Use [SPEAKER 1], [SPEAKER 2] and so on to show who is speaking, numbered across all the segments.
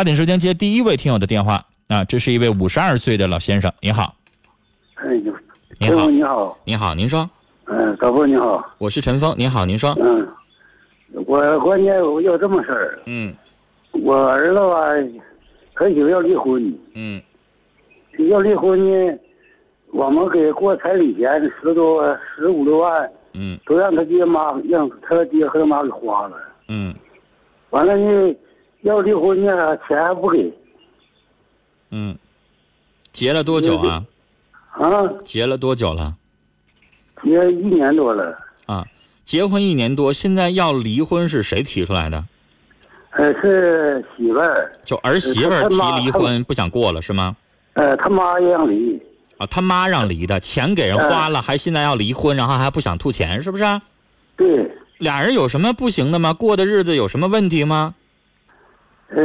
[SPEAKER 1] 抓紧时间接第一位听友的电话啊！这是一位五十二岁的老先生，您好，
[SPEAKER 2] 哎呦，
[SPEAKER 1] 你
[SPEAKER 2] 师
[SPEAKER 1] 好
[SPEAKER 2] 傅你好，
[SPEAKER 1] 您好，您说，
[SPEAKER 2] 嗯，导播你好，
[SPEAKER 1] 我是陈峰，您好，您说，
[SPEAKER 2] 嗯，我关键我要这么事儿，
[SPEAKER 1] 嗯
[SPEAKER 2] 我儿子吧，很久要离婚，
[SPEAKER 1] 嗯
[SPEAKER 2] 要离婚呢，我们给过彩礼钱十多万十五六万，
[SPEAKER 1] 嗯
[SPEAKER 2] 都让他爹妈让他爹和他妈给花了，
[SPEAKER 1] 嗯
[SPEAKER 2] 完了呢，要离婚呢，钱还不给
[SPEAKER 1] 嗯，结了多久啊？
[SPEAKER 2] 啊，
[SPEAKER 1] 结了多久了？
[SPEAKER 2] 结一年多了，
[SPEAKER 1] 啊，结婚一年多，现在要离婚是谁提出来的？
[SPEAKER 2] 呃，是媳妇儿，
[SPEAKER 1] 就儿媳妇儿提离
[SPEAKER 2] 他妈
[SPEAKER 1] 婚，不想过了是吗？
[SPEAKER 2] 呃，他妈也让离，
[SPEAKER 1] 啊，他妈让离的，钱给人花了，还现在要离婚，然后还不想吐钱，是不是啊？
[SPEAKER 2] 对。
[SPEAKER 1] 俩人有什么不行的吗？过的日子有什么问题吗？
[SPEAKER 2] 呃，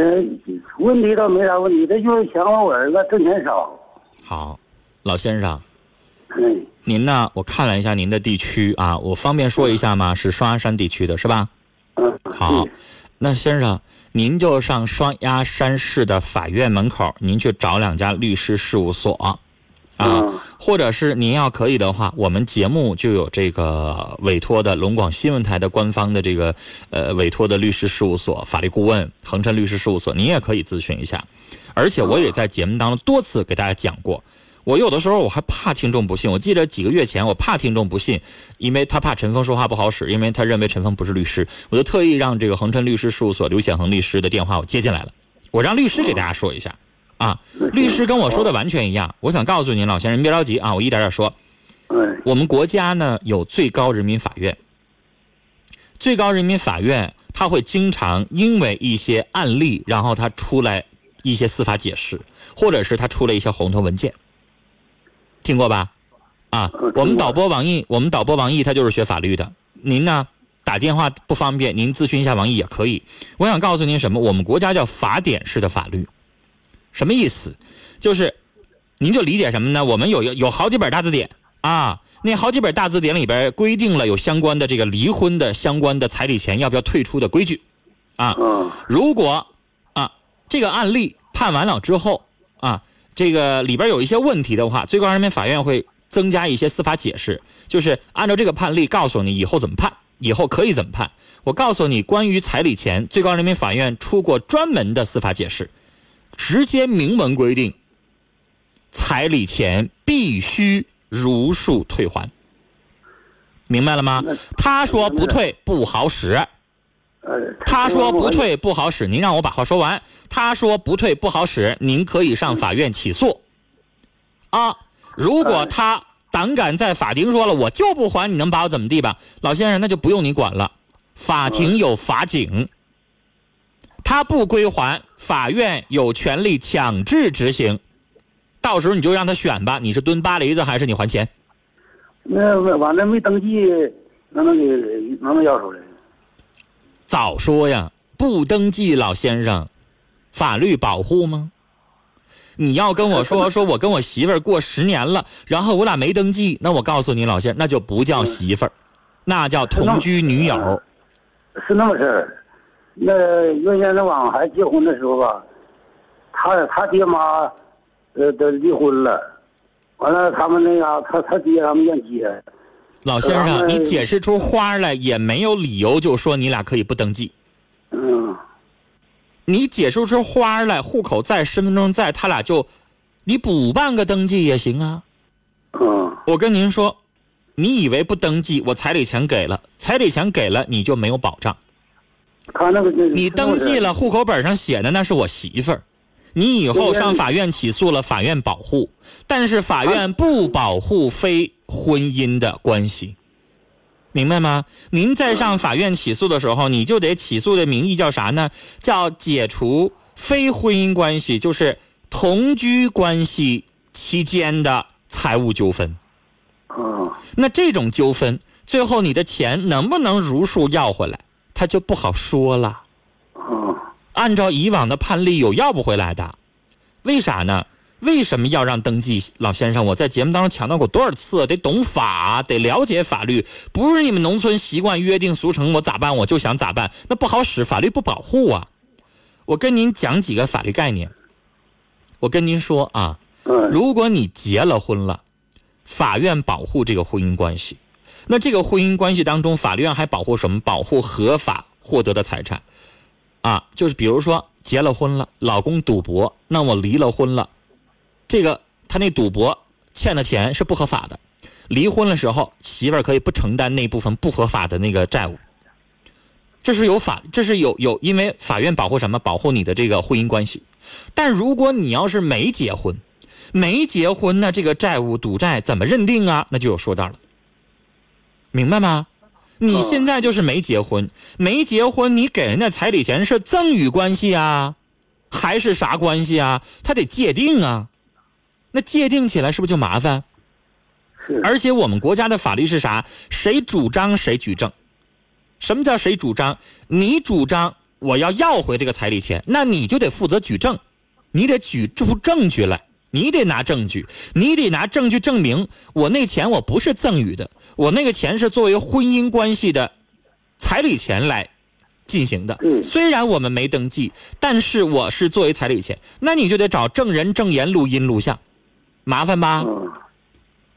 [SPEAKER 2] 问题倒没啥问题，他就是想我儿子挣钱少。
[SPEAKER 1] 好，老先生，
[SPEAKER 2] 嗯，
[SPEAKER 1] 您呢？我看了一下您的地区啊，我方便说一下吗？是双鸭山地区的，是吧？
[SPEAKER 2] 嗯，
[SPEAKER 1] 好，那先生，啊您就上双鸭山市的法院门口，您去找两家律师事务所，啊，
[SPEAKER 2] 嗯
[SPEAKER 1] 或者是您要可以的话，我们节目就有这个委托的龙广新闻台的官方的这个呃委托的律师事务所法律顾问恒琛律师事务所，您也可以咨询一下。而且我也在节目当中多次给大家讲过。我有的时候我还怕听众不信，我记得几个月前我怕听众不信，因为他怕陈峰说话不好使，因为他认为陈峰不是律师，我就特意让这个恒琛律师事务所刘显恒律师的电话我接进来了，我让律师给大家说一下啊，
[SPEAKER 2] 嗯
[SPEAKER 1] 律师跟我说的完全一样，我想告诉您老先生，您别着急啊，我一点点说，
[SPEAKER 2] 嗯
[SPEAKER 1] 我们国家呢有最高人民法院，最高人民法院他会经常因为一些案例，然后他出来一些司法解释，或者是他出了一些红头文件，听过吧？啊
[SPEAKER 2] 嗯听过，
[SPEAKER 1] 我们导播王毅，我们导播王毅他就是学法律的。您呢打电话不方便，您咨询一下王毅也可以。我想告诉您什么？我们国家叫法典式的法律，什么意思？就是您就理解什么呢？我们有有有好几本大字典啊，那好几本大字典里边规定了有相关的这个离婚的相关的彩礼钱要不要退出的规矩，啊，
[SPEAKER 2] 嗯
[SPEAKER 1] 如果啊这个案例判完了之后啊，这个里边有一些问题的话，最高人民法院会增加一些司法解释，就是按照这个判例告诉你以后怎么判，以后可以怎么判。我告诉你，关于彩礼钱，最高人民法院出过专门的司法解释，直接明文规定，彩礼钱必须如数退还。明白了吗
[SPEAKER 2] 那？
[SPEAKER 1] 他说不退不好使。
[SPEAKER 2] 呃，
[SPEAKER 1] 他说不，退不好使，您让我把话说完。他说不退不好使，您可以上法院起诉。啊，如果他胆敢在法庭说了我就不还，你能把我怎么地吧？老先生，那就不用你管了，法庭有法警，他不归还，法院有权利强制执行。到时候你就让他选吧，你是蹲巴黎子还是你还钱？
[SPEAKER 2] 那完了没登记，能不能给能不能要出来？
[SPEAKER 1] 早说呀！不登记，老先生，法律保护吗？你要跟我说说，我跟我媳妇儿过十年了，然后我俩没登记，那我告诉你，老先生，那就不叫媳妇儿，那叫同居女友。
[SPEAKER 2] 是那么事儿。那原先那往还结婚的时候吧，他他爹妈，呃，都离婚了，完了他们那啥，他他爹他们让结，
[SPEAKER 1] 老先生，啊
[SPEAKER 2] 嗯
[SPEAKER 1] 你解释出花来也没有理由，就说你俩可以不登记。
[SPEAKER 2] 嗯，
[SPEAKER 1] 你解释出花来，户口在，身份证在，他俩就，你补办个登记也行啊。
[SPEAKER 2] 嗯，
[SPEAKER 1] 我跟您说，你以为不登记，我彩礼钱给了，彩礼钱给了，你就没有保障。
[SPEAKER 2] 他那个
[SPEAKER 1] 你登记，了，户口本上写的那是我媳妇儿，你以后上法院起诉了，法院保护，但是法院不保护非婚姻的关系，明白吗？您在上法院起诉的时候，你就得起诉的名义叫啥呢？叫解除非婚姻关系，就是同居关系期间的财务纠纷。
[SPEAKER 2] 嗯
[SPEAKER 1] 那这种纠纷，最后你的钱能不能如数要回来，他就不好说了。
[SPEAKER 2] 嗯
[SPEAKER 1] 按照以往的判例，有要不回来的。为啥呢？为什么要让登记？老先生，我在节目当中强调过多少次，得懂法，得了解法律，不是你们农村习惯约定俗成，我咋办我就想咋办，那不好使，法律不保护啊。我跟您讲几个法律概念。我跟您说啊，
[SPEAKER 2] 嗯
[SPEAKER 1] 如果你结了婚了，法院保护这个婚姻关系。那这个婚姻关系当中，法院还保护什么？保护合法获得的财产，啊，就是比如说结了婚了，老公赌博，那我离了婚了，这个他那赌博欠的钱是不合法的，离婚的时候媳妇儿可以不承担那部分不合法的那个债务，这是有法，这是有有，因为法院保护什么？保护你的这个婚姻关系。但如果你要是没结婚，没结婚呢，这个债务赌债怎么认定啊？那就有说道了，明白吗？你
[SPEAKER 2] 嗯
[SPEAKER 1] 现在就是没结婚，没结婚，你给人家彩礼钱是赠与关系啊，还是啥关系啊？他得界定啊，那界定起来是不是就麻烦？
[SPEAKER 2] 是
[SPEAKER 1] 而且我们国家的法律是啥？谁主张谁举证。什么叫谁主张？你主张我要要回这个彩礼钱，那你就得负责举证，你得举出证据来，你得拿证据，你得拿证据证明我那钱我不是赠与的，我那个钱是作为婚姻关系的彩礼钱来进行的。
[SPEAKER 2] 嗯
[SPEAKER 1] 虽然我们没登记，但是我是作为彩礼钱，那你就得找证人、证言、录音、录像，麻烦吧？
[SPEAKER 2] 嗯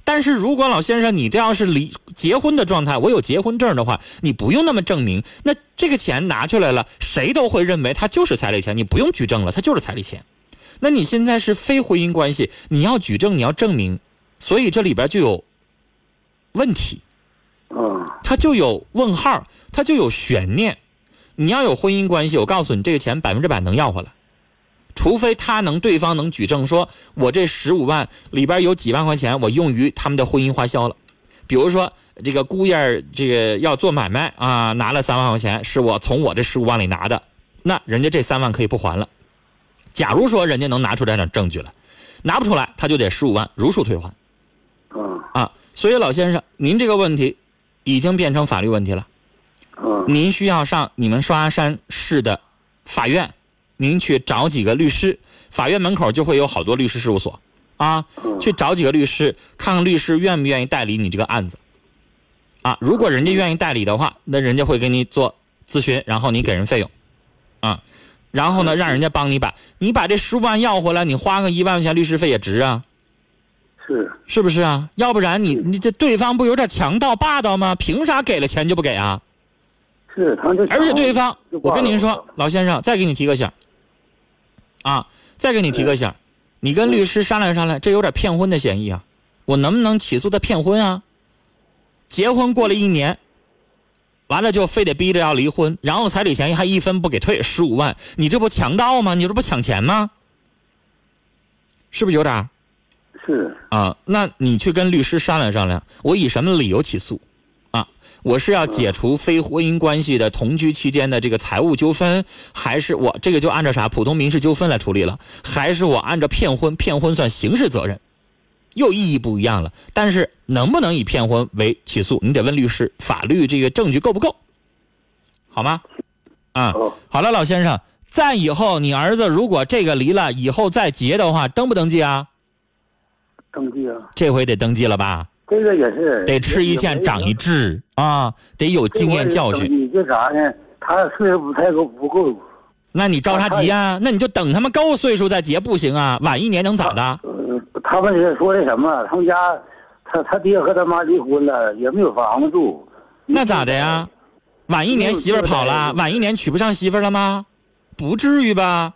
[SPEAKER 1] 但是如果老先生你这要是离结婚的状态，我有结婚证的话，你不用那么证明，那这个钱拿出来了，谁都会认为它就是彩礼钱，你不用举证了，它就是彩礼钱。那你现在是非婚姻关系，你要举证，你要证明，所以这里边就有问题，
[SPEAKER 2] 嗯
[SPEAKER 1] 它就有问号，它就有悬念。你要有婚姻关系，我告诉你，这个钱百分之百能要回来，除非他能对方能举证说，我这十五万里边有几万块钱我用于他们的婚姻花销了，比如说这个姑爷儿这个要做买卖啊，拿了三万块钱是我从我这十五万里拿的，那人家这三万可以不还了。假如说人家能拿出来点证据来，拿不出来他就得十五万如数退还。
[SPEAKER 2] 嗯
[SPEAKER 1] 啊，所以老先生，您这个问题已经变成法律问题了，
[SPEAKER 2] 嗯
[SPEAKER 1] 您需要上你们双鸭山市的法院，您去找几个律师，法院门口就会有好多律师事务所啊，
[SPEAKER 2] 嗯
[SPEAKER 1] 去找几个律师，看看律师愿不愿意代理你这个案子。啊，如果人家愿意代理的话，那人家会给你做咨询，然后你给人费用，啊，然后呢，让人家帮你把你把这十五万要回来，你花个一万块钱律师费也值啊。
[SPEAKER 2] 是
[SPEAKER 1] 是不是啊？要不然你你这对方不有点强盗霸道吗？凭啥给了钱就不给啊？
[SPEAKER 2] 是，他就
[SPEAKER 1] 而且对方
[SPEAKER 2] 就，挂
[SPEAKER 1] 我
[SPEAKER 2] 了嗯
[SPEAKER 1] 跟您说，老先生，再给你提个醒儿，啊，再给你
[SPEAKER 2] 嗯
[SPEAKER 1] 提个醒儿，你跟律师商量商量，这有点骗婚的嫌疑啊，我能不能起诉他骗婚啊？结婚过了一年，完了就非得逼着要离婚，然后彩礼钱还一分不给退，十五万，你这不强盗吗？你这不抢钱吗？是不是有点儿？
[SPEAKER 2] 是
[SPEAKER 1] 啊，那你去跟律师商量商量，我以什么理由起诉？啊，我是要解除非婚姻关系的同居期间的这个财务纠纷，还是我这个就按照啥普通民事纠纷来处理了？还是我按照骗婚，骗婚算刑事责任，又意义不一样了。但是能不能以骗婚为起诉，你得问律师，法律这个证据够不够，好吗？啊，
[SPEAKER 2] 哦，
[SPEAKER 1] 好了，老先生，再以后你儿子如果这个离了，以后再结的话，登不登记啊？
[SPEAKER 2] 登记啊，
[SPEAKER 1] 这回得登记了吧？
[SPEAKER 2] 这个也是
[SPEAKER 1] 得吃一堑长一。智啊，得有经验教训。
[SPEAKER 2] 你这啥呢？他岁数不太够，不够。
[SPEAKER 1] 那你着啥急啊？那你就等他们够岁数再结不行啊？晚一年能咋的？
[SPEAKER 2] 呃，他们是说的什么？他们家他他爹和他妈离婚了，也没有房子住。
[SPEAKER 1] 那咋的呀？？晚一年媳妇儿跑了，晚一年娶不上媳妇儿了吗？不至于吧？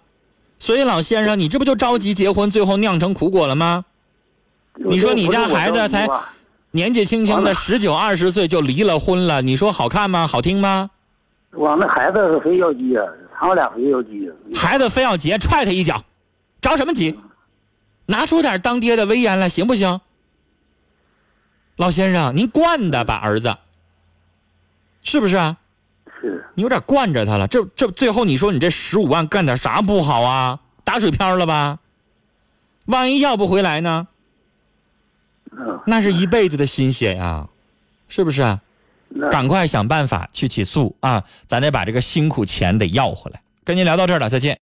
[SPEAKER 1] 所以老先生，你这不就着急结婚，最后酿成苦果了吗？你说你家孩子才年纪轻轻
[SPEAKER 2] 完
[SPEAKER 1] 的
[SPEAKER 2] 了
[SPEAKER 1] 十九二十岁就离了婚了，你说好看吗？好听吗？
[SPEAKER 2] 我那孩子非要急啊，他们俩非要急啊。
[SPEAKER 1] 孩子非要结，踹他一脚，着什么急？拿出点当爹的威严来，行不行？老先生，您惯的吧，儿子，是不是啊？
[SPEAKER 2] 是
[SPEAKER 1] 你有点惯着他了。这这最后你说你这十五万干点啥不好啊？打水漂了吧？万一要不回来呢？
[SPEAKER 2] 嗯，
[SPEAKER 1] 那是一辈子的心血呀、是不是啊？
[SPEAKER 2] 那
[SPEAKER 1] 赶快想办法去起诉啊！咱得把这个辛苦钱得要回来。跟您聊到这儿了，再见。